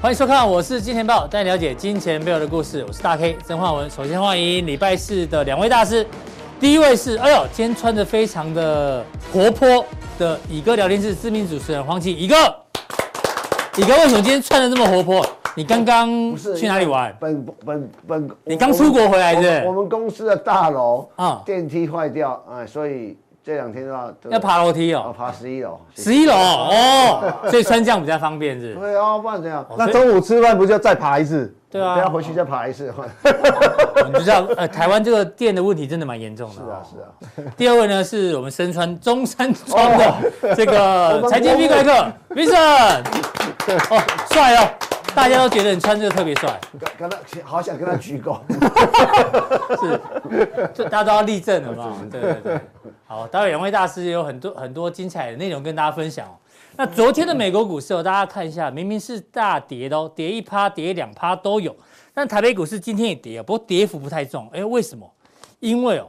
欢迎收看，我是金钱豹，带你了解金钱背后的故事。我是大 K 曾焕文。首先欢迎礼拜四的两位大师，第一位是，哎呦，今天穿的非常的活泼的乙哥聊天室知名主持人黄奇乙哥。乙哥为什么今天穿的这么活泼？你刚刚不是去哪里玩？本本本，你刚出国回来是我不是们我们公司的大楼啊啊，电梯坏掉啊、哎所以这两天都要要爬楼梯啊哦，爬十一楼。十一楼呃哦，所以穿这样比较方便是不是？对啊，不然怎样？那中午吃饭不就再爬一次？哦对不要啊，回去再爬一次。 我们就知道，呃，台湾这个电的问题真的蛮严重的。是啊，是啊。第二位呢，是我们身穿中山装的这我个们财经 V 怪客 Vincent，哦，帅哦，大家都觉得你穿这个特别帅，跟跟他好想跟他 鞠躬。是，就大家都要立正了嘛，对对对。好，待会两位大师也有很多很多精彩的内容跟大家分享哦。那昨天的美国股市哦，大家看一下，明明是大跌的哦，跌一趴、跌两趴都有，但台北股市今天也跌哦，不过跌幅不太重。哎，为什么？因为哦，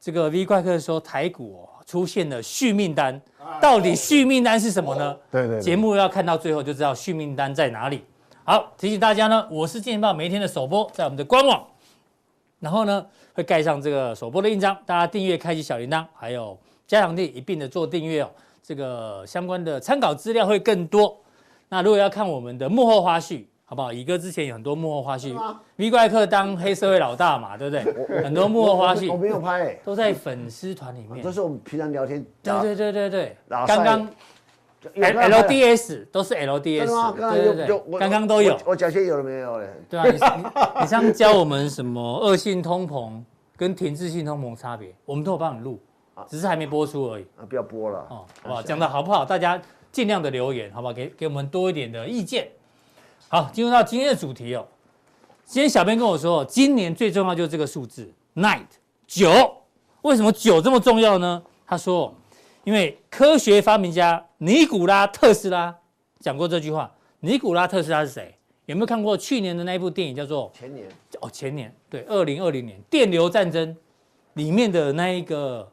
这个 V 怪客说台股哦出现了续命单，啊到底续命单是什么呢？对对对节目要看到最后就知道续命单在哪里。好，提醒大家呢，我是健健报每一天的首播，在我们的官网，然后呢会盖上这个首播的印章，大家订阅、开启小铃铛，还有加强力一并的做订阅哦。这个相关的参考资料会更多。那如果要看我们的幕后花絮，好不好？乙哥之前有很多幕后花絮，V 怪客当黑社会老大嘛，对不对？很多幕后花啊我絮没有拍、 欸，都在粉丝团里面都。哦是我们平常聊天。对对对对对，老刚刚有跟他 L 拍 D S 都是 L D 真 S，的吗？啊刚才对就对就我对，刚刚都有我。我缴些有了没有嘞？对啊，你 你你上次教我们什么恶性通膨跟停滞性通膨差别，我们都有帮你录，只是还没播出而已。啊，不要播了。啊哦，好不好？讲的好不好？大家尽量的留言，好不好？给给我们多一点的意见。好，进入到今天的主题哦。今天小编跟我说，今年最重要就是这个数字 night 九。为什么九这么重要呢？他说，因为科学发明家尼古拉特斯拉讲过这句话。尼古拉特斯拉是谁？有没有看过去年的那一部电影叫做前年哦，前年对，二零二零年电流战争里面的那一个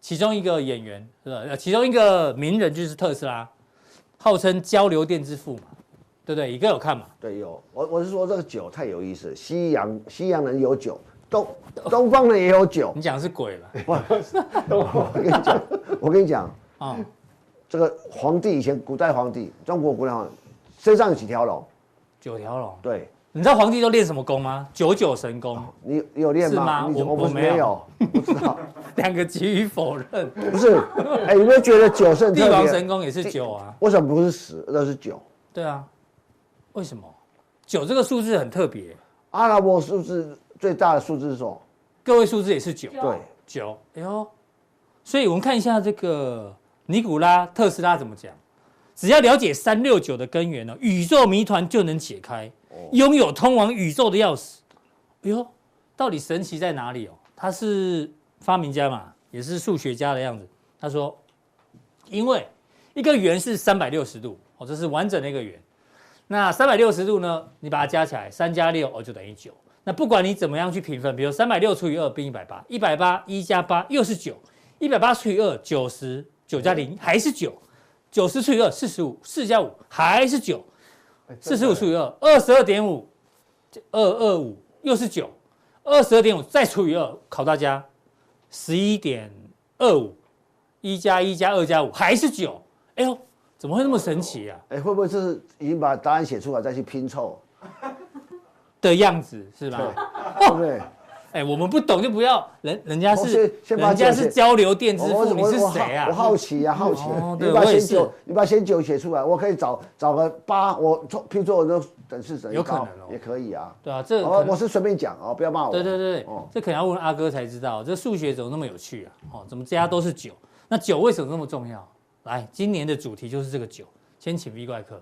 其中一个演员是吧？呃，其中一个名人就是特斯拉，号称交流电之父嘛，对不对？一个有看嘛？对有，我我是说这个酒太有意思了，西洋西洋人有酒，东东方人也有酒 你。讲的是鬼吧？我跟你讲，我跟你讲，啊、这个皇帝以前古代皇帝，中国古代皇帝身上有几条龙？九条龙，对，你知道皇帝都练什么功吗？九九神功，你你有练是吗吗？你怎么我不是我没有没有？不知道，两个给予否认。不是。哎，有没有觉得酒是很帝特王别神功也是九啊，为什么不是十，那是九？对啊，为什么？九这个数字很特别，阿拉伯数字最大的数字是什么？个位数字也是九。对，九，哎呦，所以我们看一下这个尼古拉特斯拉怎么讲。只要了解三六九的根源呢，宇宙谜团就能解开，拥有通往宇宙的钥匙。哎呦，到底神奇在哪里哦？他是发明家嘛，也是数学家的样子。他说，因为一个圆是三百六十度，哦，这是完整的一个圆。那三百六十度呢，你把它加起来，三加六哦就等于九。那不管你怎么样去平分，比如三百六除以二变一百八，一百八一加八又是九，一百八除以二九十，九加零还是九，九十除以二四十五，四加五还是九，四十五除以二二十二点五，二二五又是九，二十二点五再除以二，考大家十一点二五，一加一加二加五还是九，哎呦，怎么会那么神奇啊？哎，会不会这是已经把答案写出来再去拼凑，的样子是吧？对不对？哎、我们不懂就不要，人人家我是是先把人家九写是交流电之我父，我你我是我谁好我啊？好奇啊，好奇哦啊。对你把我也先是九，你把先九写出来，我可以找找个八，我错拼错我都等式等于有可高能哦也可以啊。对啊，这个我可我能是随便讲哦，不要骂我。对对对，哦这可能要问阿哥才知道，这数学怎么那么有趣啊？哦，怎么家都是九？那九为什么那么重要？来，今年的主题就是这个九。先请 V 怪客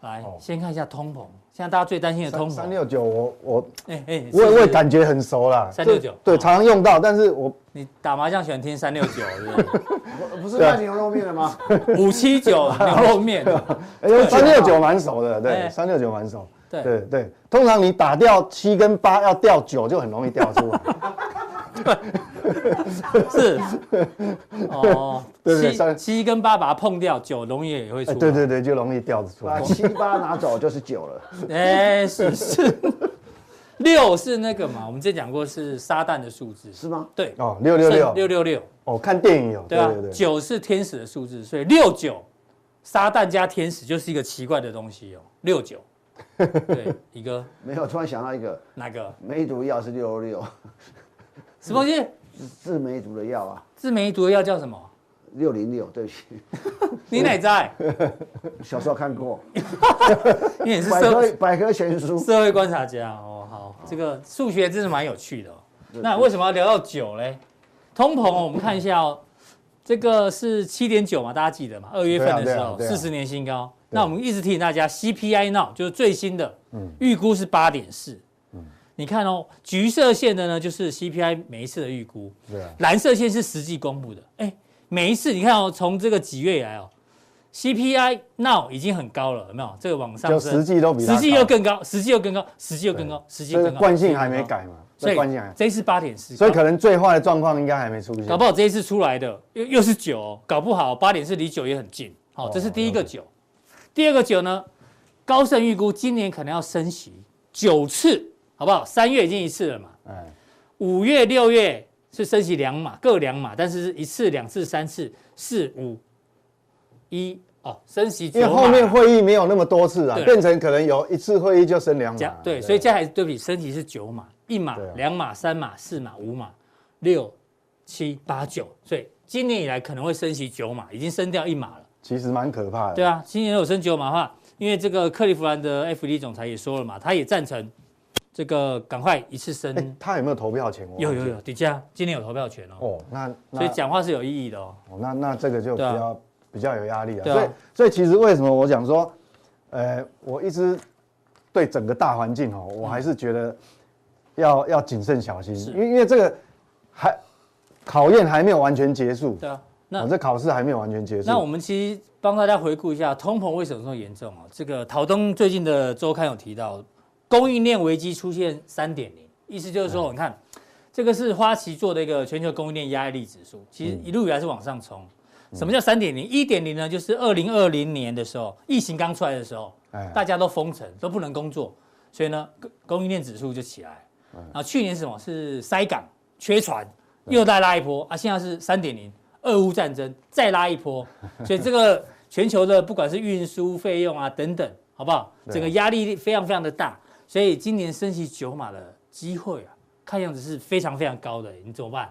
来，先看一下通膨，现在大家最担心的通三膨。三六九，我我哎哎，我是也不我是也感觉很熟啦。 369这哦对，常常用到，但是我你打麻将喜欢听三六九，是不不不是卖牛肉面的吗？是？五七九牛肉面， 哎三六九蛮熟的，对哎，三六九蛮熟。对 对对，通常你打掉七跟八要掉九就很容易掉出来。是，哦，对对对七三七跟八把它碰掉，九容易也会出哎来。对对对，就容易掉出把来。七八拿走就是九了。哎，是是，六是那个嘛，我们之前讲过是撒旦的数字，是吗？对，哦，六六圣六六，六六，哦，看电影有，对对啊对，对，九是天使的数字，所以六九，撒旦加天使就是一个奇怪的东西哦，六九，对，一个没有，突然想到一个，哪个梅毒药是六六六，什么东 西？治梅毒的药啊，自媒毒的药叫什么？六零六，对不起，你哪在？小时候看过你 也是百社科百科全书，社会观察家哦。好，这个数学真是蛮有趣的、哦。那为什么要聊到九嘞？通膨、嗯哦，我们看一下哦，这个是七点九嘛，大家记得嘛？二月份的时候，对啊对啊对啊四十、年新高。那我们一直提醒大家，CPI now 就是最新的，嗯预估是八点四。你看哦，橘色线的呢，就是 CPI 每一次的预估，对啊，蓝色线是实际公布的。哎，每一次你看哦，从这个几月以来哦，CPI now 已经很高了，有没有？这个往上就升，实际都比它实际高又更高，实际又更高，实际又更高，实际又这个更高。惯性还没改嘛，嗯所这以惯性还，这一次八点四，所以可能最坏的状况应该还没出现。搞不好这一次出来的又又是九、搞不好八点四离九也很近。好、哦这是第一个九，第二个九呢，高盛预估今年可能要升息九次，好不好？三月已经一次了嘛，哎，五月、六月是升息两码，各两码，但是是一次、两次、三次、四五一哦，升息九因为码。后面会议没有那么多次啊对，变成可能有一次会议就升两码加啊。对，所以加起来对比升息是九码，一码对啊、两码、三码、四码、五码、六、七、八、九，所以今年以来可能会升息九码，已经升掉一码了。其实蛮可怕的。对啊，今年如果升九码的话，因为这个克利夫兰的 FED 总裁也说了嘛，他也赞成这个赶快一次升。哎，他有没有投票权？我忘记有有有，底下今年有投票权哦，哦，那那所以讲话是有意义的哦。哦，那那这个就比对啊较、比较有压力了。对啊所以所以其实为什么我讲说，呃，我一直对整个大环境哦，我还是觉得要要谨慎小心，因为因为这个还考验还没有完全结束，哦对啊，那我这考试还没有完全结束。那我们其实帮大家回顾一下通膨为什么这么严重哦。这个陶东最近的周刊有提到，供应链危机出现三点零，意思就是说，你看这个是花旗做的一个全球供应链压力指数，其实一路以来是往上冲。什么叫三点零？一点零呢，就是二零二零年的时候，疫情刚出来的时候，哎大家都封城，都不能工作，所以呢，供供应链指数就起来。然后啊去年是什么是塞港缺船，又再拉一波啊！现在是三点零，俄乌战争再拉一波，所以这个 全球的不管是运输费用啊等等，好不好？对啊整个压力非常非常的大，所以今年升息九码的机会啊，看样子是非常非常高的，你怎么办？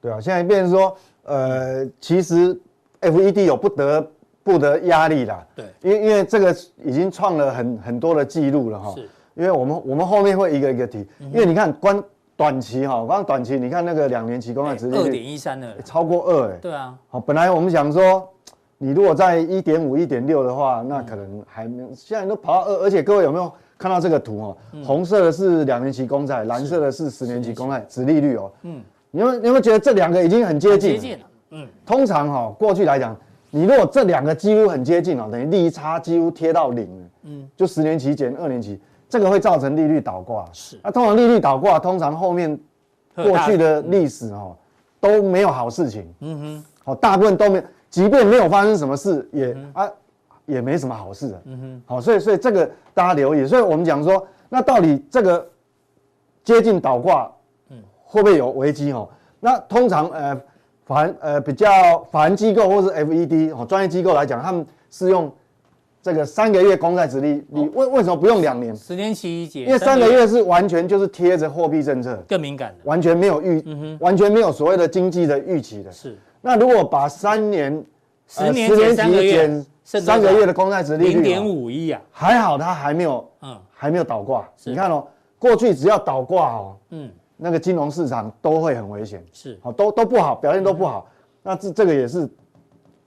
对啊，现在变成说，呃，其实 FED 有不得不得压力啦，对因为因为这个已经创了很很多的记录了哈。是嗯因为我们我们后面会一个一个提，因为你看关短期哈，光短期你看那个两年期公债殖利二率点一三了欸，超过二哎，对啊，好，本来我们想说，你如果在一点五、一点六的话，那可能还没，现在都跑到二，而且各位有没有看到这个图哦？红色的是两年期公债，蓝色的是十年期公债，殖利率哦。嗯，你有没有你有没有觉得这两个已经很接近接了？近了，嗯，通常哈、哦，过去来讲，你如果这两个几乎很接近哦，等于利差几乎贴到零了，嗯，就十年期减二年期，这个会造成利率倒挂。是那、通常利率倒挂，通常后面过去的历史哦都没有好事情，嗯哼，好、大部分都没有，即便没有发生什么事，也、啊也没什么好事的，嗯哼，好、所以所以这个大家留意，所以我们讲说，那到底这个接近倒挂，会不会有危机哦？那通常呃，法人呃比较法人机构或是 FED 哦专业机构来讲，他们是用这个三个月公债殖利率，为为什么不用两年？十年期一节，因为三个月是完全就是贴着货币政策，更敏感的，完全没有预，完全没有所谓的经济的预期的。嗯是那如果把三年、呃十年减三个月，剩多少三个月的公债殖利率哦零点五一啊，还好它还没有嗯还没有倒挂。是你看哦，过去只要倒挂哦，嗯，那个金融市场都会很危险，是好都都不好，表现都不好。那这这个也是，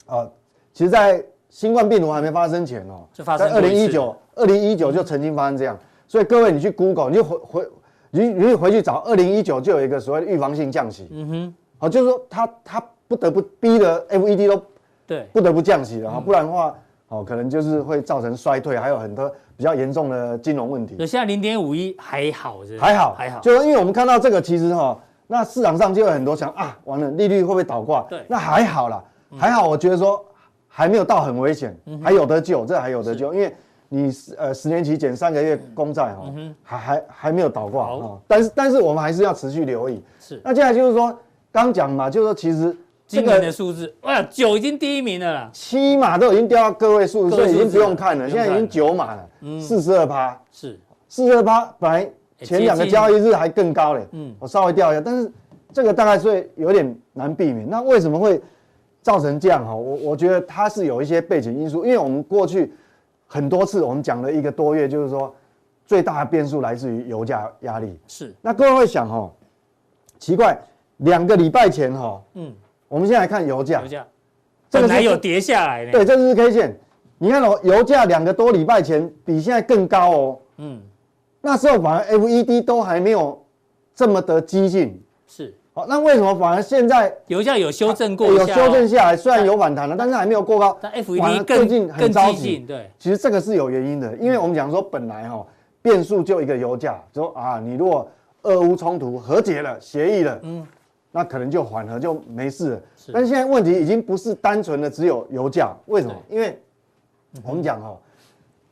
呃，其实，在新冠病毒还没发生前哦，就发生在过二零一一次九二零一九就曾经发生这样，所以各位你去 Google，你就回回，你你就回去找二零一九就有一个所谓的预防性降息，嗯哼，好，就是说它它不得不逼得 FED 都对，不得不降息了嗯哈，不然的话，哦，可能就是会造成衰退，还有很多比较严重的金融问题有。现在零点五一还好，是不是还好，还好，就是因为我们看到这个，其实哈、那市场上就有很多想啊，完了利率会不会倒挂？对嗯那还好啦，还好，我觉得说还没有到很危险，还有得救，这还有得救，因为你十呃十年期减三个月公债哈，还还还没有倒挂嗯好哈，但是但是我们还是要持续留意。是那接下来就是说，刚讲嘛，就是说其实这今年个的数字，哎呀，九已经第一名了啦，七码都已经掉到个位数，个所位数以已经不字了嗯用看了，不用现在已看经了九码了，四十二趴，是四十二趴本来前两个交易日还更高嘞，哎嗯嗯，我稍微掉一下，但是这个大概是有点难避免。那为什么会造成这样哈？我我觉得它是有一些背景因素，因为我们过去很多次我们讲了一个多月，就是说最大的变数来自于油价压力。是，那各位会想哦，奇怪，两个礼拜前哈，嗯，我们现在来看油价油，价这个本来是有跌下来呢，对，这是 K 线，你看哦，油价两个多礼拜前比现在更高哦，嗯，那时候反而 FED 都还没有这么的激进。是好，那为什么反而现在哎油价有修正过一啊有下、哦，修正下来？虽然有反弹了，但是还没有过高。但反而 FED 最更近很更着激急进，。对，其实这个是有原因的，因为我们讲说本来哈、变数就一个油价，说啊你如果俄乌冲突和解了、协议了，嗯，那可能就缓和就没事了。但是现在问题已经不是单纯的只有油价，为什么？因为我们讲哦，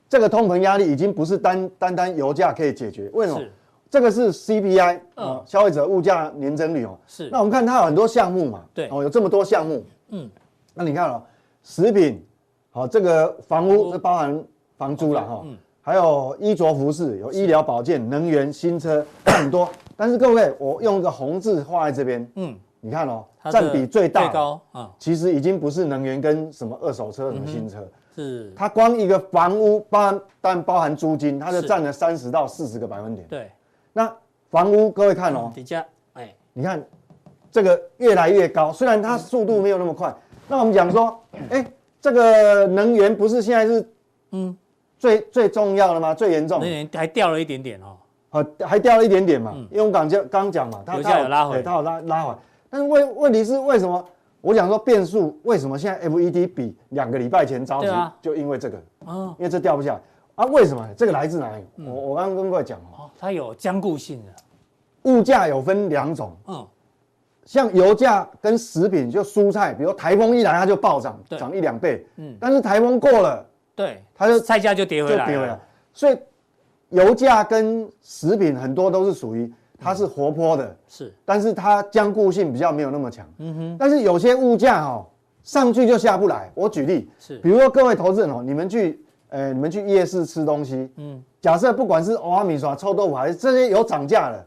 这个通膨压力已经不是单单单油价可以解决，为什么是？这个是 CPI 嗯哦，消费者物价年增率哦。是那我们看它有很多项目嘛，对哦，有这么多项目，嗯嗯，那你看哦，食品，好、这个房屋屋这包含房租了哈，嗯还有衣着服饰，有医疗保健、能源、新车 很多。但是各位，我用一个红字画在这边，嗯，你看哦，它的占比最大，最高啊、其实已经不是能源跟什么二手车、什么新车，嗯是，它光一个房屋包含但包含租金，它就是占了三十到四十个百分点。对，那房屋各位看哦，底价，哎，你看这个越来越高，虽然它速度没有那么快。那我们讲说，哎，这个能源不是现在是嗯嗯最最重要的吗？最严重那，年还掉了一点点哦，好还掉了一点点嘛，因为我们刚讲刚讲嘛，油价嗯有拉回对它有拉拉回。但是问问题是为什么？我讲说变数，为什么现在 FED 比两个礼拜前着急对啊？就因为这个，哦，因为这掉不下来啊？为什么？这个来自哪里？嗯我我刚刚跟各位讲哦，哦，它有僵固性的，物价有分两种，嗯，像油价跟食品，就蔬菜，比如台风一来它就暴涨，对涨一两倍。嗯嗯，但是台风过了，对，它就菜价就跌就回来了，跌回来。所以油价跟食品很多都是属于它是活泼的，是，但是它坚固性比较没有那么强。嗯哼。但是有些物价哦，上去就下不来。我举例，是比如说各位投资人哦，你们去呃，你们去夜市吃东西，嗯，假设不管是欧阿米耍、臭豆腐还是这些有涨价了，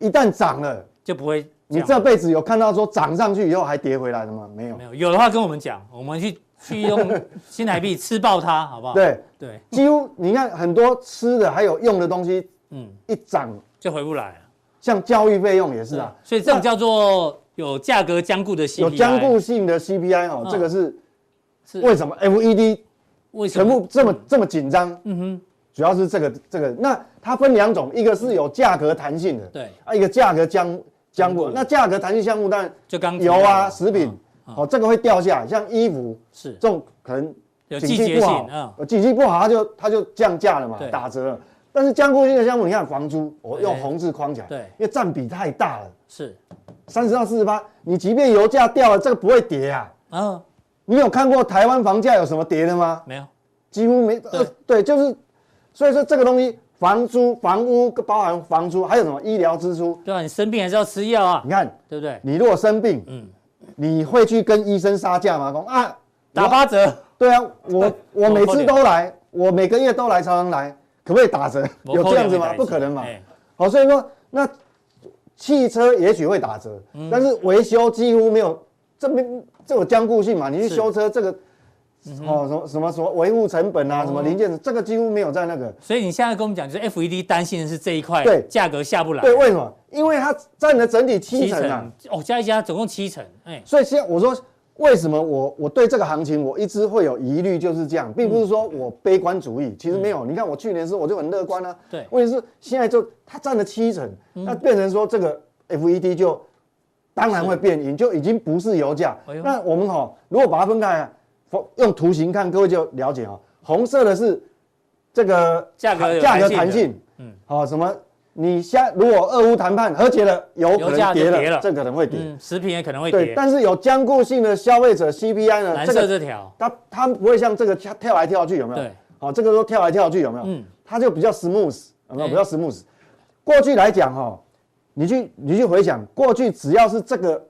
一旦涨了。就不会你样这辈子有看到说涨上去以后还跌回来的吗？没有没。有有的话跟我们讲，我们去去用新台币吃爆它，好不好？对，对，几乎你看很多吃的还有用的东西嗯，一涨，就回不来了，像教育费用也是啊，所以这种叫做有价格僵固的有 CPI，坚固性的 CPI 哦嗯，这个是是为什么 FED 为什全么部这么这么紧张？嗯哼，主要是这个这个。那它分两种，一个是有价格弹性的，对啊，一个价格僵僵固固。那价格弹性项目当然就刚提油到啊、的食品嗯，哦，这个会掉下来，像衣服是这种可能有景季气节不性好，啊，呃景气不好，它就它就降价了嘛对，打折了。但是降固性的项目，你看房租，我用哎红字框起来，对因为占比太大了，是，三十到四十八，你即便油价掉了，这个不会跌啊。嗯，你有看过台湾房价有什么跌的吗？没有，几乎没，对呃，对，就是，所以说这个东西，房租、房屋包含房租，还有什么医疗支出？对啊，你生病还是要吃药啊你，看，对不对？你如果生病，嗯你会去跟医生杀价吗？讲啊，打八折，对啊，我我每不可次能都来，我每个月都来，常常来，可不可以打折？不有这样子可吗？能不可能嘛哎。好，所以说那汽车也许会打折，但是维修几乎没有，这没这有僵固性嘛？你去是修车这个。哦，什么什么什么维护成本啊，什么零件，这个几乎没有在那个。所以你现在跟我们讲，就是 FED 担心的是这一块，对价格下不来，对，为什么？因为它占了整体七成啊，哦，加一加总共七成，哎，所以现在我说，为什么我我对这个行情我一直会有疑虑，就是这样，并不是说我悲观主义，其实没有。你看我去年是我就很乐观啊，嗯对嗯问题是现在就它占了七成，那变成说这个 FED 就当然会变阴，就已经不是油价哎呦。那我们哈、如果把它分开啊，用图形看，各位就了解哦。红色的是这个价格有价格弹性的弹性，嗯嗯，好、什么你下如果俄乌谈判和解了，有可油价能就跌跌了，了这可能会跌。嗯，食品也可能会对，跌。但是有坚固性的消费者 CPI 呢，蓝这色个这条，它它不会像这个跳跳来跳去，有没有？对，好、这个都跳来跳去，有没有？嗯它就比较 smooth，有没有？哎比较 smooth。过去来讲哈、哦，你去你去回想，过去只要是这个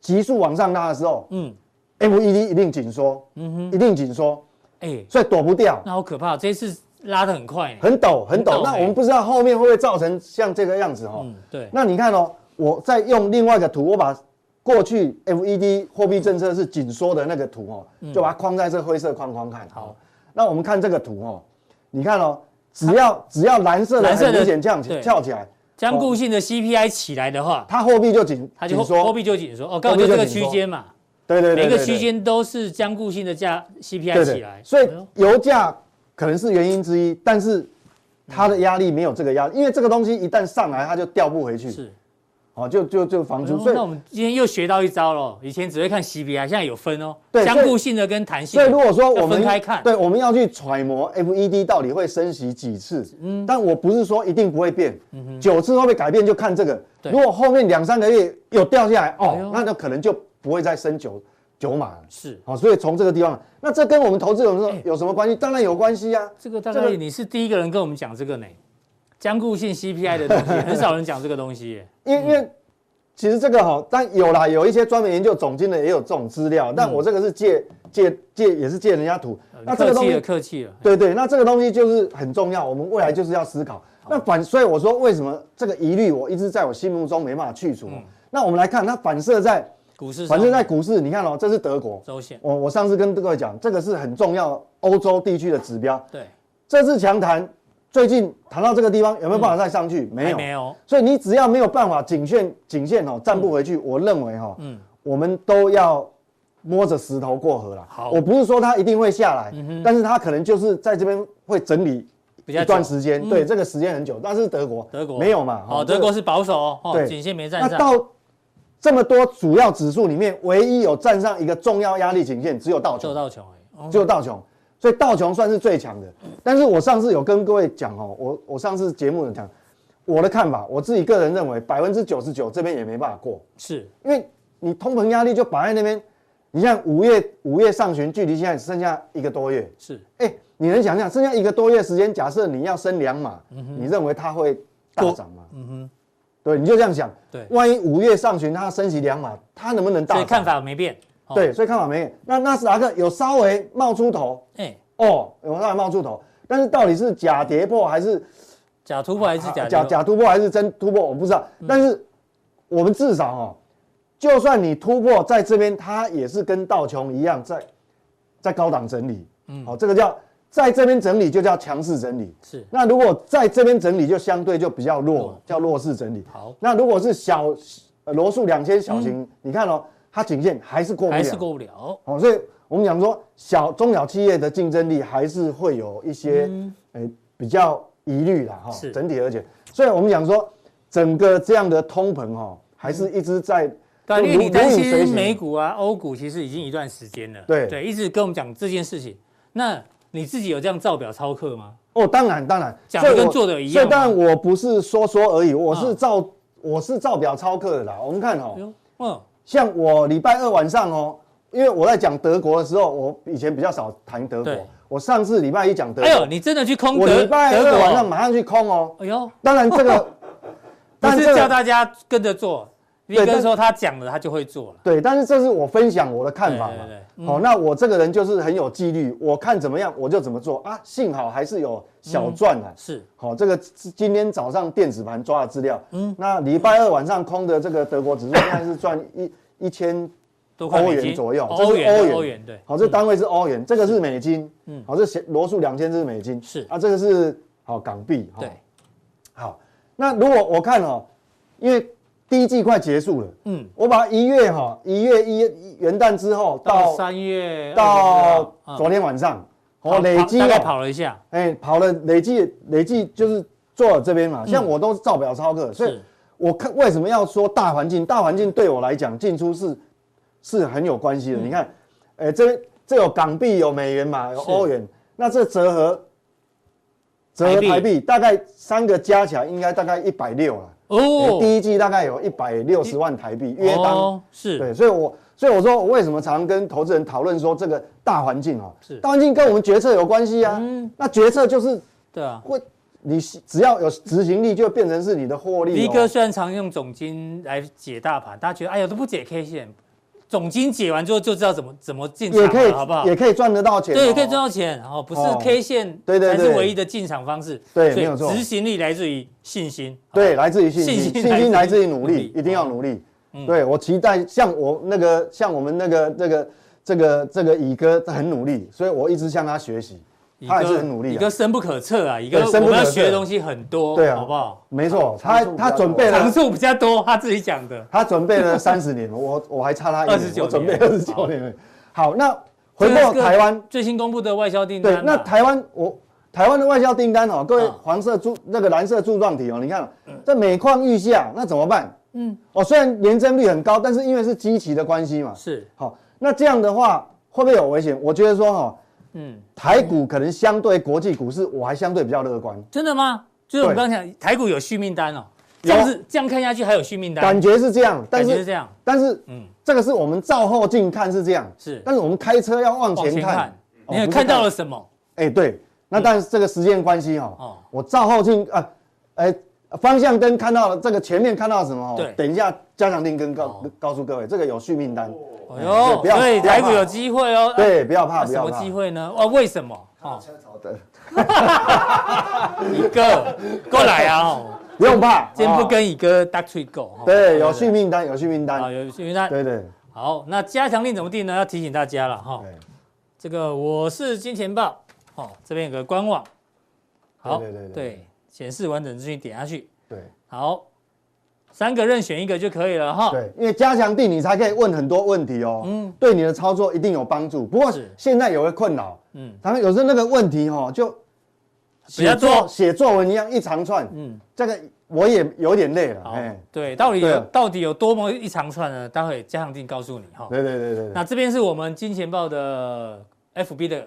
急速往上拉的时候嗯， ，MVD 一定紧缩，一定紧缩，哎，所以躲不掉，那好可怕，这一次拉得很快呢。很陡很陡。很陡那哎我们不知道后面会不会造成像这个样子哈、哦。嗯，对，那你看哦，我再用另外一个图，我把过去 FED 货币政策是紧缩的那个图哦，就把它框在这灰色框框看。嗯好，那我们看这个图哦，你看哦，只要只要蓝色的蓝色很的明显降起对翘起来，坚固性的 CPI 起来的话，它货币就紧它就紧货货缩，币就紧缩。哦，刚货好币就就这个紧缩区间嘛，对对对，每个对区。对间都是坚固性的价 CPI 对起对来，，所以哎呦油价可能是原因之一，但是它的压力没有这个压力，因为这个东西一旦上来，它就掉不回去，是。哦，就就就房租，哦所以那我们今天又学到一招喽，以前只会看 CPI，现在有分哦，对坚所以固性的跟弹性的。所以如果说要我们分开看，对，我们要去揣摩 FED 到底会升息几次，嗯，但我不是说一定不会变，九次会不会改变就看这个。嗯对如果后面两三个月有掉下来，哎呦哦，那就可能就不会再升九九码了。是好，所以从这个地方，那这跟我们投资有什哎么有什么关系？当然有关系啊。这个大这概个你是第一个人跟我们讲这个呢，坚固性 CPI 的东 西，很少人讲这个东西耶。因为因为其实这个哈，但有啦，有一些专门研究总经的也有这种资料，但我这个是借借借也是借人家图嗯呃。那这客个东气西了，客气了。对对，那这个东西就是很重要，我们未来就是要思考。那反，所以我说为什么这个疑虑我一直在我心目中没办法去除。那我们来看，它反射在股市上反射在股市，你看哦，这是德国。周线，我我上次跟各位讲，这个是很重要欧洲地区的指标。对，这次强谈，最近谈到这个地方有没有办法再上去？哎没还有，没哦有，所以你只要没有办法颈线颈线哦站不回去，我认为哈、嗯我们都要摸着石头过河了。好嗯我不是说它一定会下来，但是它可能就是在这边会整理比较久嗯一段时间，对，这个时间很久。但是德国德国没有嘛？哦，这德个国是保守哦，哦对颈线没站那上，到这么多主要指数里面，唯一有站上一个重要压力颈线，只有道就琼，到穷而已。哦只有道琼。所以道琼算是最强的，但是我上次有跟各位讲哦，我我上次节目有讲我的看法，我自己个人认为百分之九十九这边也没办法过，是，因为你通膨压力就摆在那边。你像五月五月上旬，距离现在只剩下一个多月，是哎、你能想象剩下一个多月时间，假设你要升两码，嗯你认为它会大涨吗？嗯哼，对，你就这样想。对万一五月上旬它升息两码，它能不能大所以涨？看法没变。哦，对，所以看法没变。那纳斯达克有稍微冒出头哎，哦，有稍微冒出头，但是到底是假跌破还是假突破嗯还是假啊假跌假突破还是真突破，我不知道。但是我们至少哦，就算你突破在这边，它也是跟道琼一样在在高档整理。嗯，好、这个叫在这边整理就叫强势整理。是那如果在这边整理，就相对就比较弱，叫弱势整理。好，嗯那如果是小呃罗素两千小型，你看哦，它颈线还是过不了，还是过不了。哦，所以我们讲说小中小企业的竞争力还是会有一些、呃比较疑虑啦哈、嗯是整体而言，所以我们讲说整个这样的通膨哦，还是嗯一直在对啊，就因为如你担如影随心形美股啊、欧股，其实已经一段时间了。对对，一直跟我们讲这件事情。那你自己有这样照表操课吗？哦，当然当然，讲得所以跟我做得一样啊所以吗当然我不是说说而已，我是啊照、我是照表操课的啦。我们看哦哎，呦，嗯，像我礼拜二晚上哦，因为我在讲德国的时候，我以前比较少谈德国对，我上次礼拜一讲德哎国，呦，你真的去空我德礼拜德二国晚上哦？马上去空哦。哎呦，当然这个， 不但是这叫个大家跟着做，你对跟但说他讲了，他就会做了。对，但是这是我分享我的看法对嘛对嗯对。好、那我这个人就是很有纪律，我看怎么样我就怎么做啊。幸好还是有小赚啊。是好、这个今天早上电子盘抓的资料，嗯，那礼拜二晚上空的这个德国指数现在是赚一一千多块欧美元金左右，这是哦欧元欧元对，嗯好，这单位是欧元，这个是美金，嗯，好，这是罗素两千是美金，是啊，这个是好港币，好对，好，那如果我看哦，因为第一季快结束了，嗯，我把一月哈一月一元旦之后到到三月到嗯昨天晚上，跑哦，累积大概哦，跑了一下，哎，跑了累计累计就是做到这边嘛，像我都是照表操课，所以嗯是我看为什么要说大环境？大环境对我来讲，进出是是很有关嗯系的。你看，哎，这这有港币，有美元嘛，有是欧元，那这折合折合台币大概三个加起来应该大概一百六了。哦，第一季大概有一百六十万台币，约当哦是对，所以我所以我说我为什么常跟投资人讨论说这个大环境哦是，嗯大环境跟我们决策有关系啊。那决策就是对啊。会，你只要有执行力，就会变成是你的获利、哦。 V 哥虽然常用总金来解大盘，大家觉得哎呀都不解 K 线，总金解完之后就知道怎么怎么进场也可以了，好不好？也可以赚得到钱、哦，对，可以赚到钱哦，不是哦 K 线对对才是对唯一的进场方式，对所以没有错执行力来自于信心，好对，来自于信信心，心信心来自于努努力嗯力，一定要努力。对我期待像我那个像我们那个这个这个这个乙哥他很努力，所以我一直向他学习，乙他还是哥很努力乙啊哥。深不可测啊，乙哥对深我不们要可测学的东西很多，对啊啊好不好？没错，他长处比较他准备长了处比较多，他自己讲的，他准备了三十年，我我还差他一29年，我准备年二十九年。好，那回这到个台湾，最新公布的外销订单对啊，，那台湾我台湾的外销订单哦，各位嗯黄色柱那个蓝色柱状体哦，你看这每况愈下，那怎么办？嗯，哦，虽然年增率很高，但是因为是基期的关系嘛，是好、那这样的话会不会有危险？我觉得说哈、哦，嗯嗯，台股可能相对国际股市，我还相对比较乐观，真的吗？就是我们对刚才讲台股有续命单哦，这样子这样看下去还有续命单，感觉是这样，但感觉是是这样，但是嗯嗯，这个是我们照后镜看是这样，是但是我们开车要往往前前看，看，哦你有不是看到了什么？哎、对，那但是这个时间关系哈、嗯哦我照后镜啊，哎、方向灯看到了，这个前面看到了什么、哦？对等一下加强定跟告、哦告诉各位，这个有续命单，哎对呦，不要所以不要台股怕有机会哦。啊，对，不要怕，那不什要么怕。机会呢？哦，为什么？哦，车潮 的乙哥，过来啊！哦不用怕，今天不哦跟乙哥搭吹狗。哦对，有续命单，有续命啊，单，有因为他对对好，那加强令怎么定呢？要提醒大家了哈。对这个我是金钱豹，哦，这边有个官网，好，对对对对显示完整资讯点下去，对好，三个任选一个就可以了哈。对，因为加强定你才可以问很多问题哦，嗯，对你的操作一定有帮助。不过是现在有个困扰，嗯嗯，他们有时候那个问题哈、哦、就比较写作多写作文一样一长串，嗯嗯，这个我也有点累了，好哎，，对，到底有对啊到底有多么一长串呢？待会加强定告诉你哈。对对对对对。那这边是我们金钱豹的 FB 的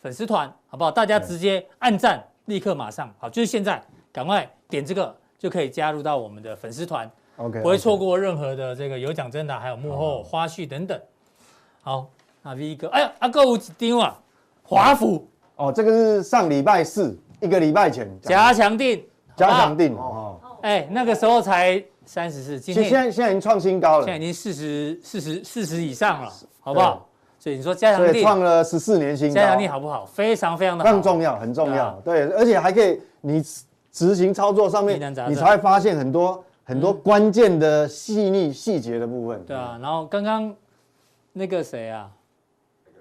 粉丝团，好不好？大家直接按赞，立刻马上，好，就是现在，赶快点这个就可以加入到我们的粉丝团， OK，不会错过任何的这个有奖征答，还有幕后花絮等等。好，那 V 哥，哎呀，阿购物丁啊，华府哦。这个是上礼拜四，一个礼拜前加强定，加好强不定哦。好，哎，那个时候才三十四，今其实天现在现在已经创新高现在已了，经四十四十四十以上了，好不好？所以你说加强所以定，创了十四年新高。加强定好不好？非常非常的好很重要，很重对要啊。对，而且还可以你执执行操作上面疑难杂，症你才会发现很多很多关键的细腻细节的部分。嗯对啊，然后刚刚那个谁啊，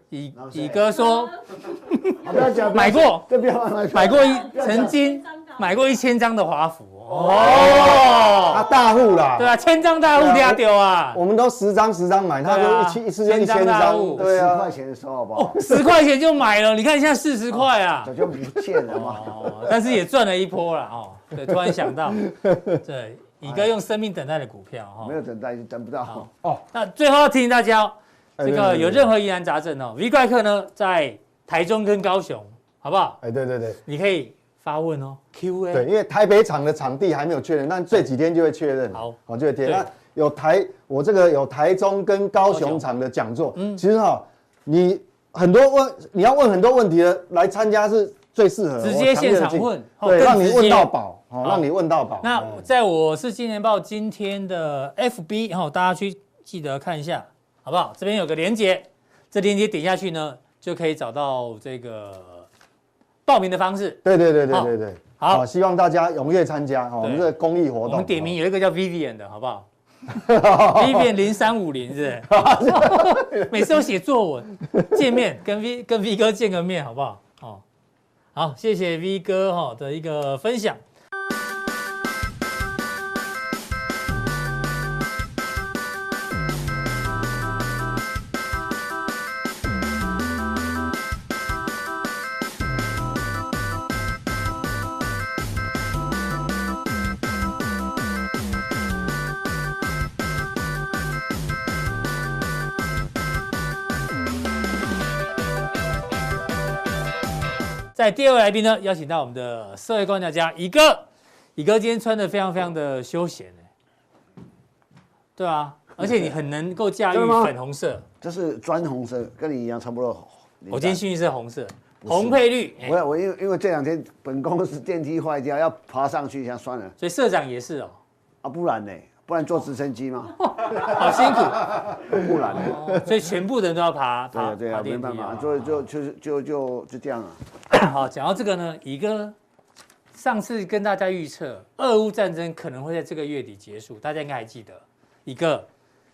乙然后谁乙哥说啊不要讲买过这不要乱买过一要曾经买过一千张的华府啊，他哦，大户啦，对啊，千张大户对啊掉丢啊，我们都十张十张买，他对啊都一期一次就一千千张大户张，对十啊块，钱的时候好不好？十块钱就买了，你看现在四十块啊哦早，就不见了嘛。哦，但是也赚了一波了哦，对，突然想到，对，乙哥用生命等待的股票哈没，有等待就等不到好。哦，那最后要提醒大家哦，这哎对个对对有任何疑难杂症哦，V 怪客呢在台中跟高雄，好不好？哎，对对对你可以发问哦，Q&A。对，因为台北场的场地还没有确认，但这几天就会确认，好好就会贴。对那有台，我这个有台中跟高高雄雄场的讲座，其实哈，你很多问你要问很多问题的来参加是最适合的，直接我强烈现地场建议问哦对，更让你直接问到饱，好好，让你问到饱。那嗯在我是金钱豹今天的 FB，然后大家去记得看一下，好不好？这边有个连接，这连接点下去呢，就可以找到这个报名的方式。对对对对好对对，好希望大家踊跃参加哈，我们对这个公益活我动，们点名哦有一个叫 Vivian 的，好不好？Vivian 零三五零是不是，每次都写作文，见面跟 V 跟 V 哥见个面，好不好？哦，好，谢谢 V 哥哈的一个分享。在第二位来宾呢，邀请到我们的社会观察家乙哥，乙哥今天穿的非常非常的休闲欸对啊，而且你很能够驾驭真的吗粉红色，这是砖红色，跟你一样差不多。我今天幸运是红色，红配绿，哎我要我因为因为这两天本公司电梯坏掉，要爬上去，想算了所以社长也是哦，啊，不然呢？不然坐直升机 吗？哦好辛苦，不然呢？所以全部的人都要爬对爬啊对爬啊，没电梯办法，啊。就就就就就就这样啊。好，讲到这个呢，乙哥上次跟大家预测，俄乌战争可能会在这个月底结束，大家应该还记得。乙哥，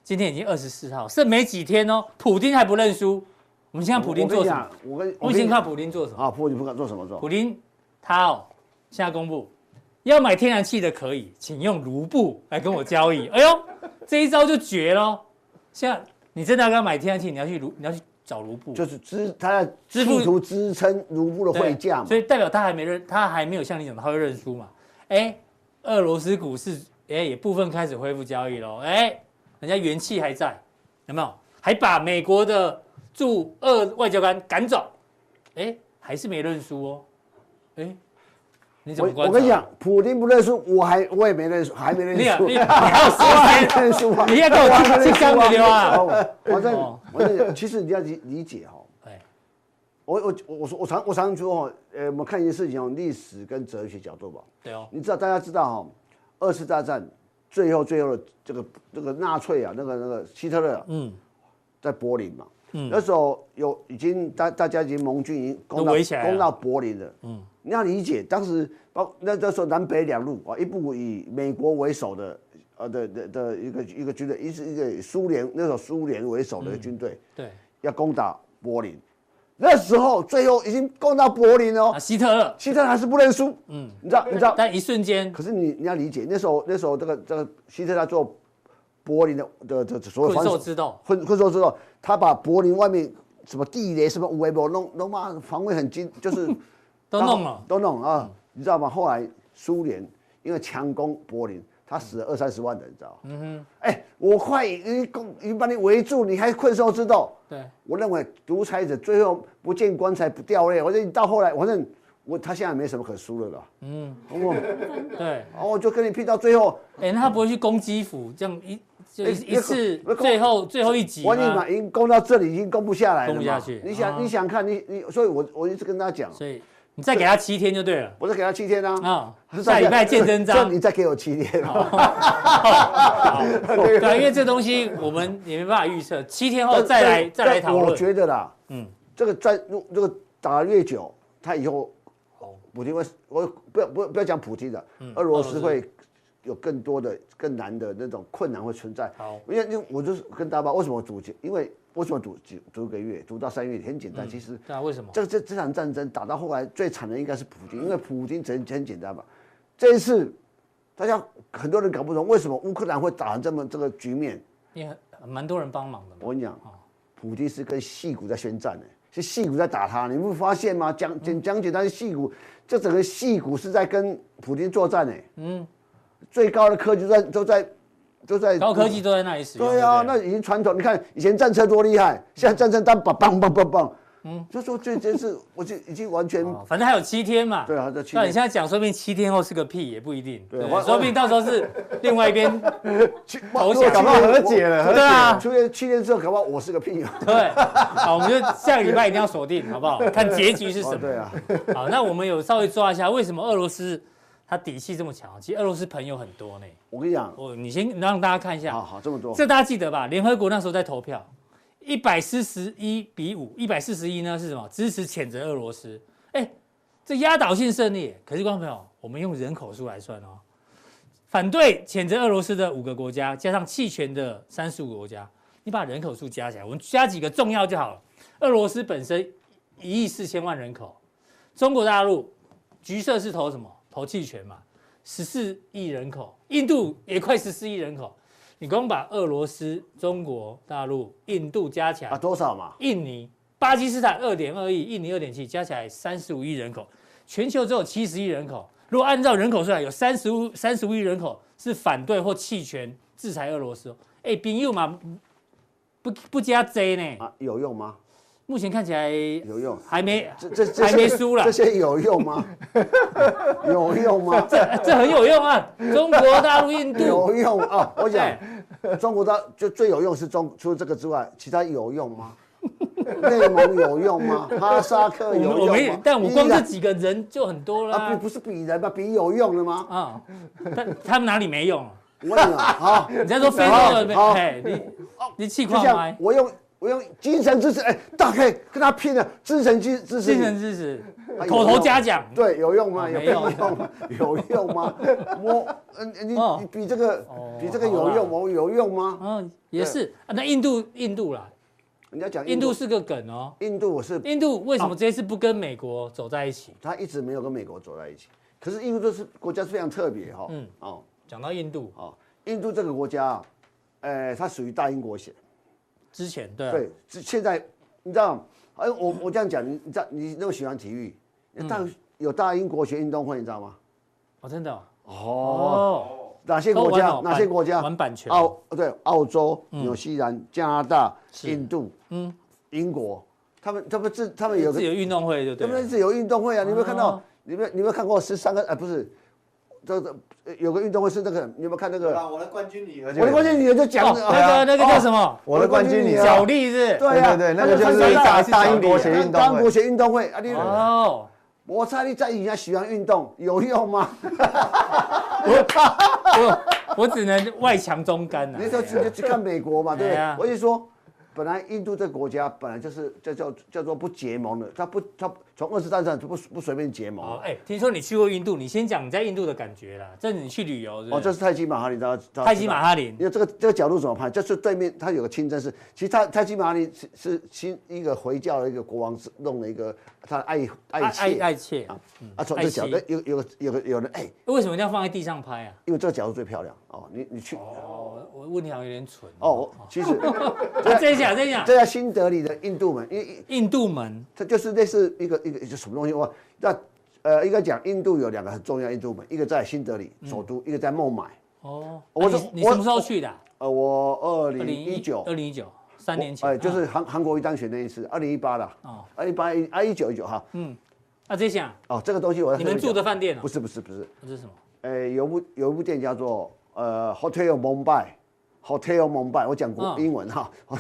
今天已经二十四号，剩没几天哦，普丁还不认输。我们先看普丁做什么？我跟你讲我我们先跟看普丁做什么。啊，普你不敢做什么做？普丁他哦，现在公布要买天然气的可以，请用卢布来跟我交易。 哎呦，这一招就绝喽！现在你真的要跟他买天然气，你要去卢，你要去找卢布，就是支他在支付试图支撑卢布的对汇价嘛所。以代表他还没认，他还没有像你讲的他会认输嘛。哎，俄罗斯股市哎也部分开始恢复交易喽，哎，人家元气还在，有没有？还把美国的驻俄外交官赶走，哎，还是没认输哦，哎，你怎我么观察？我跟你讲，普丁不认输，我还我也没认输，还没认你啊输，你你还有时间 我还没认输啊！你要跟我还没认输去干嘛的啊哦我在哦我在，其实你要理理解哈，哎，我我我我说我常我常说哦，呃，我们看一件事情哦，历史跟哲学角度吧。对哦，你知道大家知道哈、二次大战最后最后的这个这个纳粹啊，那个那个希特勒，嗯，在柏林嘛，嗯，那时候有已经大大家已经盟军已经攻都到围起来了攻到柏林了，嗯，你要理解当时包那那时候南北两路啊，一部以美国为首的呃的的的一个一个军队，一是一个以苏联那时候苏联为首的一嗯个军队、对要攻打柏林，那时候最后已经攻到柏林了哦啊，，希特勒，希特勒还是不认输，嗯，你知道你知道但一瞬间可是你你要理解，那时候那时候这个这个希特勒做柏林的的的的所有困防守兽之斗，困困兽之后，他把柏林外面什么地雷什么围堡弄弄嘛，防卫很精，就是 都弄了都弄了啊，你知道吗？后来苏联因为强攻柏林，他死了二三十万人，你知道吗？嗯哼，哎，我快已经攻已经把你围住，你还困兽之斗，对，我认为独裁者最后不见棺材不掉泪，我觉得你到后来，反正我他现在没什么可输了啦，嗯，我。对，哦，就跟你拼到最后，哎，那他不会去攻基辅，这样一就哎一一次那个最后最后一集我已经吗把？已经攻到这里，已经攻不下来了攻嘛。不下去你啊想，你想看，你你，所以我我一直跟他讲，所以你再给他七天就对了。我再给他七天啊。啊、下礼拜见真 这章你。再给我七天啊。对啊，因为这东西我们也没办法预测，七天后再来 但再来但讨我论。觉得啦，嗯，这个战如这个打得越久，他以后哦普京会，我不要不要不要讲普京的，嗯俄罗斯会有更多的更难的那种困难会存在。好因为因为我就是跟大家报为什么我赌，因为为什么赌赌赌一个月，赌到三月底很简单，其实。对啊，为什么？这这这场战争打到后来最惨的应该是普京，因为普京很很简单嘛。这一次，大家很多人搞不懂为什么乌克兰会打成这么这个局面。因为蛮多人帮忙的嘛。我跟你讲，普京是跟戏骨在宣战呢、是戏骨在打他，你不发现吗？嗯讲讲讲解，但是戏骨这整个戏骨是在跟普京作战呢、嗯，最高的科技都在都在都在嗯高科技都在那里使用。对啊，不那已经传统。你看以前战车多厉害，现在战车单把棒棒棒棒，嗯，就说这这次我就已经完全哦反正还有七天嘛。对啊这七那天你现在讲，说不定七天后是个屁，也不一定。对对我，说不定到时候是另外一 边。投降我搞不好和解了，和对解。啊，出现七天之后，搞不好我是个屁啊！对。好，我们就下个礼拜一定要锁定，好不 好？看结局是什哦，么。对啊，好，那我们有稍微抓一下，为什么俄罗斯他底气这么强？其实俄罗斯朋友很多呢。我跟你讲，我你先让大家看一下，好好这么多，这大家记得吧？联合国那时候在投票，一百四十一比五，一百四十一呢是什么？支持谴责俄罗斯。哎，这压倒性胜利耶。可是观众朋友，我们用人口数来算哦，反对谴责俄罗斯的五个国家，加上弃权的三十五个国家，你把人口数加起来，我们加几个重要就好了。俄罗斯本身一亿四千万人口，中国大陆橘色是投什么？投弃权嘛，十四亿人口，印度也快十四亿人口。你光把俄罗斯、中国大陆、印度加起来啊，多少嘛？印尼、巴基斯坦二点二亿，印尼二点七，加起来三十五亿人口，全球只有七十亿人口。如果按照人口数来，有三十五三十五亿人口是反对或弃权制裁俄罗斯哦。哎，朋友嘛，不不加 J 呢？啊啊，有用吗？目前看起来有用还没这这这还没输啦这些有用吗？有用吗？ 这这很有用 啊！中国大陆、印度，有用 啊！我哎讲，中国它就最有用是中，除了这个之外，其他有用吗？ 内蒙有用 吗？哈萨克我有们用我吗？们但我光伊这朗几个人就很多啊，啦不不是比人吗？比有用的吗？啊！但他们哪里没 用？我问你啊，好，你在说非洲的没？好哎，你 你气就矿像麦，我用我用精神支持，哎，大可以跟他拼了，精神支支持精你，神支持，哎口头嘉奖，对，有用哦吗？有没用吗？ 有用吗？ 我，嗯，你哦你比这个哦比这个好有啦用吗？我有用吗？嗯，也是。啊那印度印度啦，人家讲印印度度，是个梗哦。印度我是印度为什么这一次不跟美国走在一起？他一直没有跟美国走在一起，可是印度这是国家是非常特别哈，嗯嗯，哦讲到印度哦，印度这个国家啊，呃，它属于大英国协，之前，对啊对，这现在你知道，哎，我我这样讲，你你知道你那么喜欢体育，嗯大有大英国协运动会，你知道吗？哦，真的哦哦，哦，哪些国都玩家哦？哪些国家？版玩版权嗯澳对，澳洲、纽西兰、加拿大、是印度、嗯，英国，他们他们自他们有个自由运动会就对他们了，是有运动会啊，你有没有看哦到？你有没有你有没有看过十三个？呃，不是，这这呃有个运动会是那个，你有没有看那个？啊，我的冠军女儿就我的冠军女儿就哦讲了啊，那个那个叫什么？我的冠军你对啊小丽是？对啊，对对对他那个参就加是到大还是小大丽啊英国协运动当会国，协运动会啊，你哦，我猜你在以前喜欢运动有用吗？我我只能外强中干啊呐你。就直接去看美国嘛，对不哎对呀？我就说，本来印度这个国家本来就是叫叫叫做不结盟的，他不他从二次大战就不不随便结哦盟，。哎，听说你去过印度，你先讲你在印度的感觉啦。这你去旅游是不哦，是这是泰姬玛哈里，大家大家泰姬知道玛哈林因为这个这个角度怎么拍？就是对面它有个清真寺，其实它泰姬玛哈里是是新一个回教的一个国王是弄了一个他的爱爱妾爱妾啊嗯啊，从爱这角妻度有有个有个有人哎，为什么一定要放在地上拍啊？因为这个角度最漂亮哦，你你去哦，我问题好像有点蠢哦，我其实啊这一下，这一下，这在新德里的印度门，因为印度门它就是类似一个一个一个什么东西哇，那呃应该讲印度有两个很重要印度门，一个在新德里首都，一个在孟买。哦，嗯我啊是你你我什么时候去的啊？呃，我二零一九二零一九，三年前。啊哎，就是韩韩国瑜当选那一次，二零一八的，哦哦，二零一八一啊一九一九哈，啊，这下哦，这个东西我要你们特别住讲的饭店啊不？是不是不是，这是什么？呃，有部有一部电影叫做呃 Hotel Mumbai。Hotel Mumbai，我讲过嗯英文哈，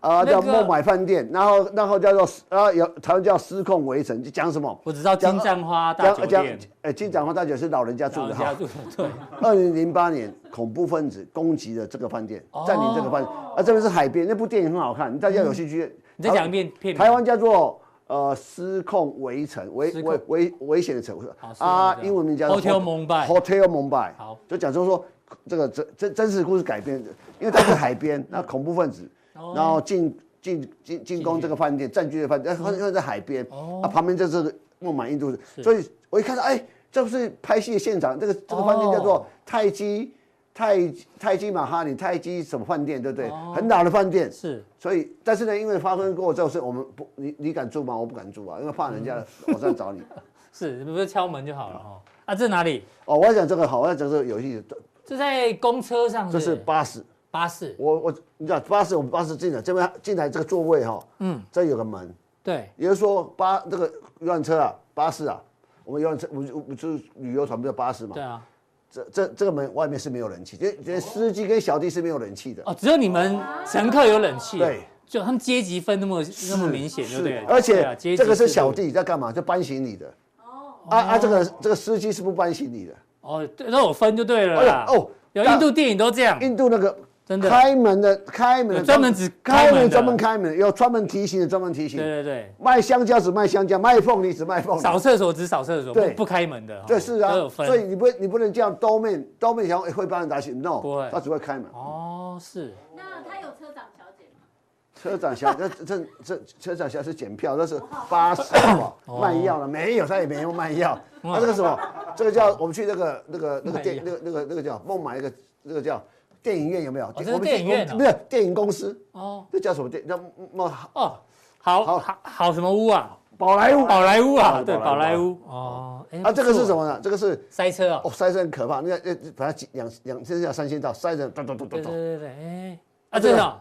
啊那叫个孟买饭店，然后然后叫做啊有台湾叫失控围城，就讲什么？我只知道金盏花大酒讲讲店，呃金盏花大酒店是老人家住老的人哈家，住的对，二零零八年，恐怖分子攻击了这个饭店，占领这个饭店。啊，这边是海边，那部电影很好看，大家有兴趣。哦嗯你再讲一遍片名台湾叫做呃失控围城，危失控危危危险的城好失控啊这，样英文名叫做 Hotel Mumbai Hotel Mumbai。好，就讲就是说这个真真真实故事改编的，因为它是海边，那恐怖分子哦，然后进进进进攻这个饭店，占据了饭店，它它在海边，哦啊，旁边就是个孟买印度人，所以我一看到，哎，这不是拍戏的现场，这个这个饭店叫哦做泰姬泰泰姬玛哈里泰姬什么饭店，对不对？哦很老的饭店，是所以，但是呢，因为发生过这种事，我们不，你你敢住吗？我不敢住啊，因为怕人家嗯 晚上找你。是，不是敲门就好了哈。啊，这哪里？哦，我要讲这个好，我要讲这个有意思，这在公车上，这是巴士。巴士，我我你知道巴士，我们巴士进来这边进来这个座位哈、嗯嗯，这有个门，对，也就是说巴这个游览车啊，巴士啊，我们游览车，我们我们就是旅游团不叫巴士嘛对，啊，这这这个门外面是没有冷气，这这司机跟小弟是没有冷气的，哦，只有你们乘客有冷气，对，就他们阶级分那么那么明显，就对是了。对而且啊阶级这个制是度小弟在干嘛？在搬行李的。哦啊啊！这个这个司机是不搬行李的。哦，对，那我分就对了哎啦。呀哦，有印度电影都这样，印度那个真的开门的开门的有专门只开开门的门专门开门，有专门提醒的专门提对醒。对对，卖香蕉只卖香蕉，卖凤梨只卖凤梨。扫厕所只扫厕所，哦对不不开门的，对，哦是都啊有，分。所以你不你不能这样兜面兜面想会帮人打醒，no，不会他只会开门。哦，是那他有车长小姐吗？车长 小这这这车长小是检票，那是 八十好哦不好卖药了没有？他也没有卖药，他这个什么？这个叫我们去那个那个那个电那个那个那个叫孟买那个那个叫电影院有没有？这是我们电影院啊没有电影公司，哦这叫什么电？那那哦，好好好好什么屋啊？宝莱坞宝莱坞啊，哦对，宝宝莱莱坞哦，哎啊，这个是什？不错么呢？这个是塞车哦哦，，塞车很可怕，那个呃，把它几两两甚至要三千道塞着，咚咚咚对咚对对咚，对，哎，啊，啊这这个种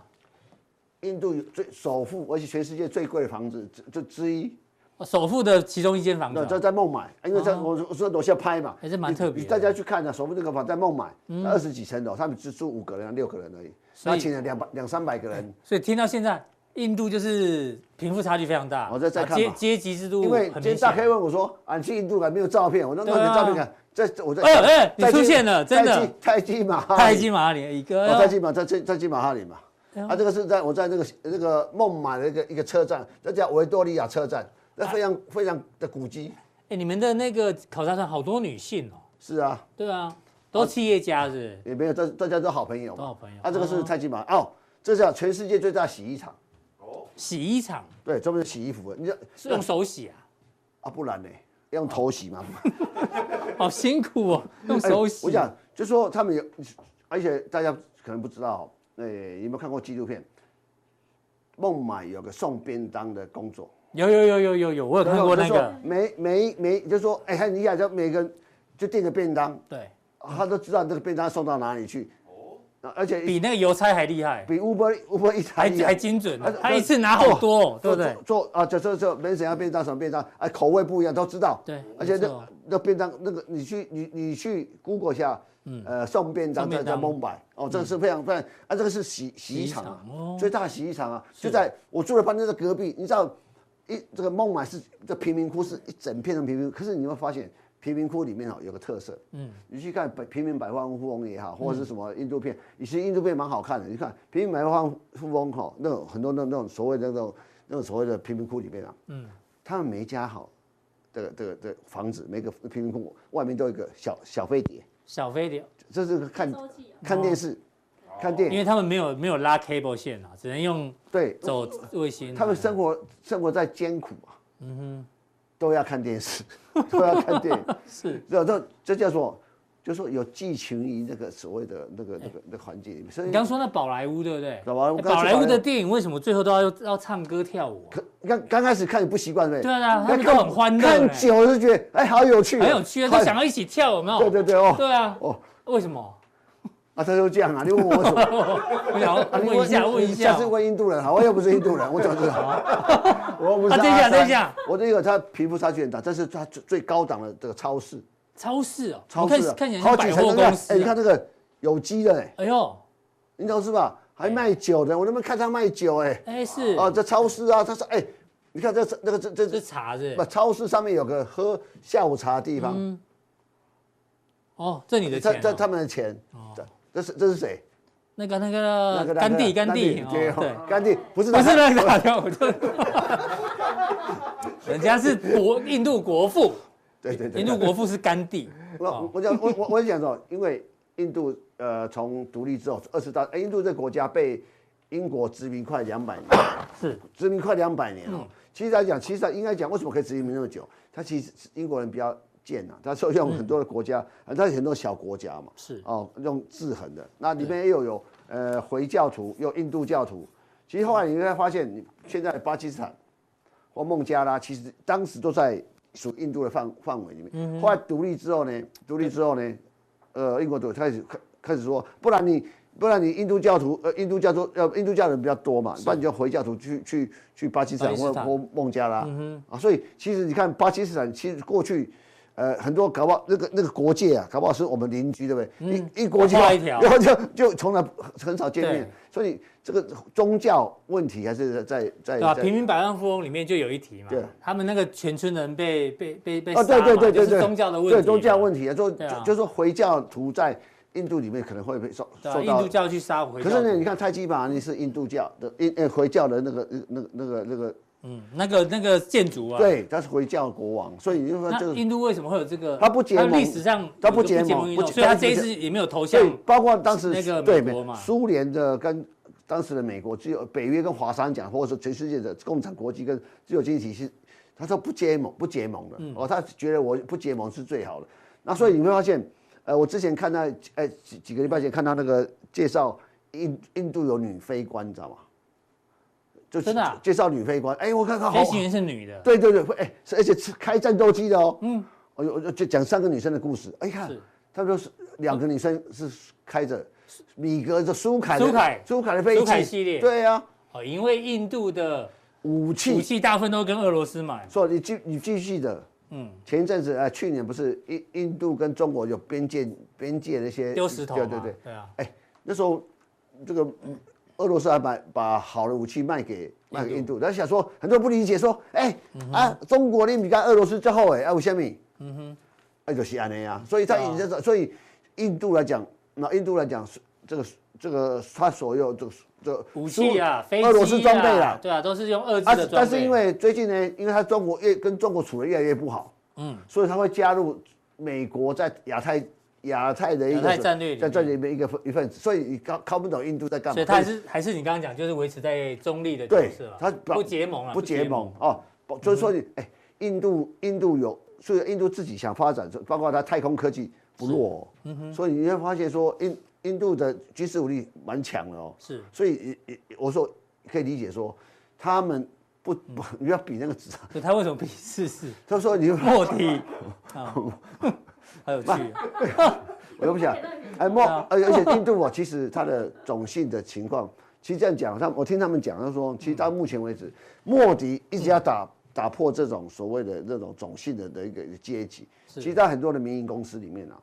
印度有最首富，而且全世界最贵的房子之之之一，首富的其中一间房子那在哦，在孟买，因为在哦我我说楼下拍嘛，还是蛮特别的嗯你大家去看呢，首富那个房在孟买，二十几层楼，他们只住五个人、六个人而已，所以哎他请了两百两三百个人，所以听到现在，印度就是贫富差距非常大，我再哦再啊看阶吧阶级制度因为很今明天大 K 显。问我说：“啊，你去印度了没有照片？”我说：“那对啊你照片看，这这我在。”哎呦哎你出现了真的泰姬玛哈里，泰姬玛哈里一哎个，哦，在金马，在在在金马哈里嘛哎呦。啊，这个是在我在那个那个孟买的一个一个车站，那叫维多利亚车站，那非常非常的古迹。哎，你们的那个考察团好多女性哦，是啊，对啊，都企业家是不是也没有，大大家都好朋友都好嘛。朋友。啊，这个是泰姬玛哦，这叫全世界最大洗衣厂，洗衣厂对，专门洗衣服的。你知道是用手洗 啊，啊，不然呢？用头洗嘛。好辛苦哦，用 哎手洗。我想就说他们有，而且大家可能不知道，哎，有没有看过纪录片？孟买有个送便当的工作，有有有有有有，我有看过那就是说个，每每每就说哎很厉害，就每个人就订个便当，对啊他都知道这个便当送到哪里去。哦，而且比比那个邮差还厉害，比 Uber Uber 一还台一还精准啊，他一次拿好多哦，对不对做？做啊，就就就没怎样便当什么便当，啊口味不一样都知道。对而且没错那那便当那个你去你你去 Google 一下，呃送便当嗯送便在在当孟买哦，这个是非常非常啊，这个是洗洗衣洗衣厂厂啊哦，最大洗衣厂啊，是就在我住的饭店的隔壁，你知道一这个孟买是这贫民窟是一整片的贫民窟，可是你会发现贫民窟里面哦有个特色，嗯，你去看百平民百万富翁也好，或者是什么印度片，其实印度片蛮好看的，你看平民百万富翁哈，那种很多那那种所谓的那种那种所谓的贫民窟里面啊，嗯，他们每家好。这个这个这个房子，每个贫民窟外面都有一个小小飞碟，小飞碟，这是个看周记哦看电视，看电因为影，他们没有没有拉 cable 线啊，只能用对，走卫星啊。他们生活生活在艰苦啊，嗯哼，都要看电视，都要看电影， 是这这这叫做，就说有寄情于那个所谓的那个那个那个环境里面，所以你刚说那宝莱坞对不对？宝莱坞哎刚宝莱去宝坞莱的坞电影为什么最后都要要唱歌跳舞啊？可刚刚开始看你不习惯对不对对？啊，他那们都看很欢乐看嘞，久了就觉得哎好有趣哦，很有趣啊，好都想要一起跳，有没有？对对对哦对啊，哦为什么？啊他就这样啊，你问我 什么？我 想要啊你问一下，你问一你下啊下，次问印度人好，我又不是印度人，我怎么知道？我又不是啊阿等一下三等一下， 我这个他皮肤差距很大，这是他最最高档的这个超市，超市哦，超我市看啊看起来好像几百层货那个公哎，你司看啊。这个有机的哎，哎呦，你懂是吧？还卖酒的，我那边看他卖酒哎，哎是，啊，这超市啊，他说哎，你看这这那个这这这这茶是不超市上面有个喝下午茶的地方，嗯哦，这你的这钱这他哦。们的钱，这这是这是谁？那个那那个个甘地甘地哦对对哦，，甘地不是不是他那个打电话，我就 人家是国印度国父，对对对，印度哦国父是甘地，我我讲我我我讲说，因为印度呃从独立之后二十大，哎印度这国家被英国殖民快两百年， 是嗯殖民快两百年哦。其实来讲，其实应该讲为什么可以殖民那么久？他其实英国人比较贱呐、啊，他受用很多的国家，他很多小国家嘛，嗯是哦用制衡的。那里面又有呃回教徒，又有印度教徒。其实后来你会发现，你现在巴基斯坦或孟加拉，其实当时都在属印度的范范围里面。嗯后来独立之后呢，独立之后呢，呃，英国独立开始开开始说，不然你不然你印度教徒呃印度教徒呃印度教人比较多嘛，不然你就回教徒去去去巴基斯坦巴基或斯坦嗯或孟加拉、啊，所以其实你看巴基斯坦其实过去。呃，很多搞不好那个那个国界啊，搞不好是我们邻居，对不对？一一国界嗯画一条然后就就从来很少见对面，所以这个宗教问题还是在在对吧？在平民百万富翁里面就有一题嘛对，他们那个全村人被被被被哦，杀对对嘛，对就对是对，宗教的问题嘛，对宗教问题啊，就对啊就就是回教徒在印度里面可能会被受对吧，受印到度。教去杀回可教是呢，徒你看泰姬玛尼是印度教的印呃回教的那个那个那个那个，嗯，那个那个建筑啊，，对，他是回教国王，所以你就说这那个印度为什么会有这个？他不结盟它历史上他有个不结盟运不动结所以他他不这一结次也没有投对降，。包括当时那个对美国美嘛苏联的跟当时的美国，只有北约跟华商讲，或者说全世界的共产国际跟自由经济体系，他说不结盟，不结盟的、嗯哦，他觉得我不结盟是最好的。那所以你会发现，呃，我之前看到，呃，几几个礼拜前看到那个介绍印印度有女飞官，你知道吗？就真的啊介绍女飞官，哎、我看看好飞，行员是女的，对对对，哎、是而且是开战斗机的哦。嗯，我就我就就讲三个女生的故事。哎、看是，他们说是两个女生是开着米格的苏凯的苏凯苏凯的飞机苏凯系列对呀、啊哦，因为印度的武武器。器大部分都跟俄罗斯买，说你记你继续的，嗯，前一阵子呃，去年不是印印度跟中国有边界边界那些丢石头对嘛，对对，对啊，哎，那时候这个嗯俄罗斯还把把好的武器卖给卖给印度，他想说很多人不理解说，哎嗯啊，中国你比较俄罗斯之后哎，啊为什么？嗯哼，哎就是安尼啊，所以在对啊你这所以印度来讲，那印度来讲是这个这个他所有这个这个武器啊，苏飞机啊俄罗斯装备啦，对啊，都是用二制啊的装备，，但是因为最近呢，因为他中国越跟中国处的越来越不好，嗯嗯，所以他会加入美国在亚太亚太的一个亚太战略里面在战略里面一个分一份子，所以你看看不懂印度在干嘛，所以他还是还是你刚刚讲，就是维持在中立的角对色啊，他不结盟啊，不结盟，哦，不就是说你哎，印度印度有，所以印度自己想发展，包括它太空科技不弱哦，嗯所以你会发现说印印度的军事武力蛮强的哦，是所以也也我说可以理解说他们不不你要比那个纸张，所以他为什么比试 试他说你莫迪 啊？好有趣啊，我又不想，哎，莫，而而且印度哦，其实它的种姓的情况，其实这样讲，他我听他们讲，他说，其实到目前为止，莫迪一直要打打破这种所谓的那种种姓的的一个阶级。是其实在很多的民营公司里面啊，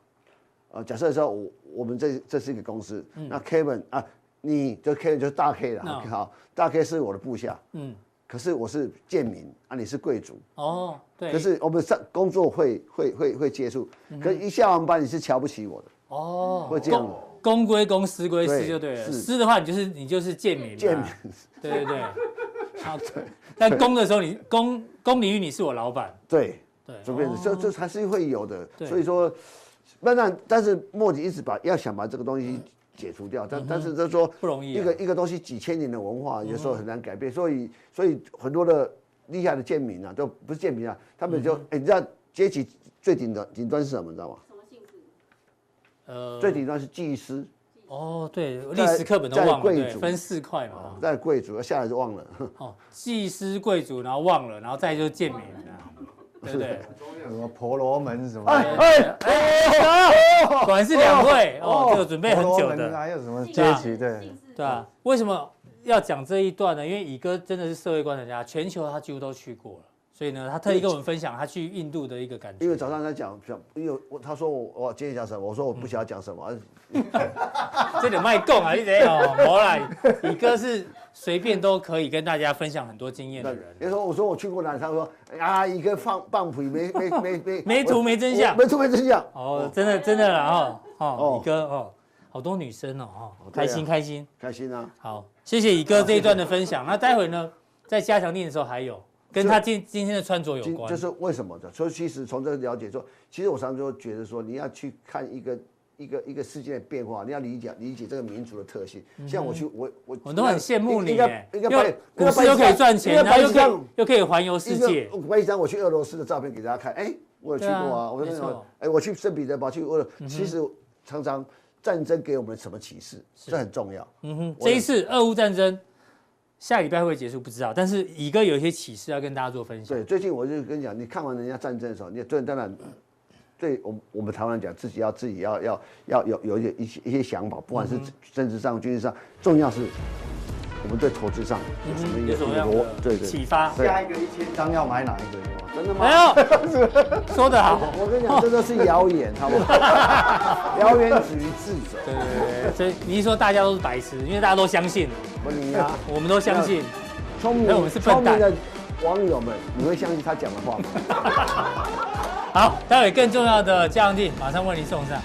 呃，假设说我我们这这是一个公司，嗯那 Kevin 啊，你就 Kevin 就是大 K 了，那好，大 K 是我的部下，啊嗯，可是我是贱民啊，你是贵族，哦，对，嗯可是我们上工作会会会会接触，可是一下完班你是瞧不起我的。哦，会这样公公归公，私归私对就对了。是私的话，你就是你就是贱民嘛，啊贱民对对对。 好，但公的时候你，公公领域你是我老板，对，对，哦就变成这这还是会有的。对所以说，那那但是莫迪一直把要想把这个东西解除掉，但但是就是说不容易啊一个一个东西几千年的文化，有时候很难改变，所以所以很多的厉害的贱民啊，都不是贱民啊，他们就哎，你知道阶级最顶的顶端是什么？你知道吗？什么性质？呃最顶端是技师，哦，对，历在史课本都在忘了，贵对，族哦分四块嘛，在贵族，下来就忘了。哦，祭司贵族，然后忘了，然后再就是贱民 啊，对不对？什么婆罗门什么哎的，哎哎！哦果然是两位哦哦，这个准备很婆久罗门啊的，还有什么阶级？对，对啊，为什么要讲这一段呢？因为乙哥真的是社会观察家，全球他几乎都去过了，所以呢，他特意跟我们分享他去印度的一个感觉。因为早上他讲讲，因为我他说我我今天讲什么，我说我不想讲什么，啊 这点卖供啊，你得哦，没啦，乙哥是随便都可以跟大家分享很多经验的人。 那时候我说我去过哪里，他说啊，一个放放屁，没没没没没图没真相我没图没真相。哦，真的真的啦哦，哦哦，乙哥哦，好多女生哦，哦，对啊开心开心。开心啊！好，谢谢乙哥这一段的分享。那待会呢，在加强练的时候还有跟他今今天的穿着有今关，就是为什么的？所以其实从这个了解说，其实我常常就觉得说，你要去看一个一个一个世界的变化，你要理解理解这个民族的特性。像我去，我我嗯我都很羡慕你一个耶，一又个白，股市又可以赚钱，一个然后白又可以箱，又可以环游世一界个，我拍一张我去俄罗斯的照片给大家看。哎，我有去过对啊啊，我没那错嗯种哎，我去圣彼得堡，去俄罗，其实常常战争给我们什么启示，这很重要。嗯哼，我这也一次俄乌战争下礼拜会不会结束不知道，但是乙哥有一些启示要跟大家做分享。对，最近我就跟你讲，你看完人家战争的时候，你对当然，对我们我们台湾人讲，自己要自己要要要有有一些一些一些想法，不管嗯是政治上、军事上，重要是我们对投资上有什么一嗯有什么样个的对对启发？对 啊下一个一千张要买哪一个？哇真的吗哎？ 呦，说得好，我跟你讲，这都是谣言，好不 好？谣言止于智者，对对对，所以你一说大家都是白痴，因为大家都相信，不你呀、啊，我们都相信。聪明那我们是笨聪蛋明的网友们，你会相信他讲的话吗？好，待会更重要的嘉阳弟马上为您送上。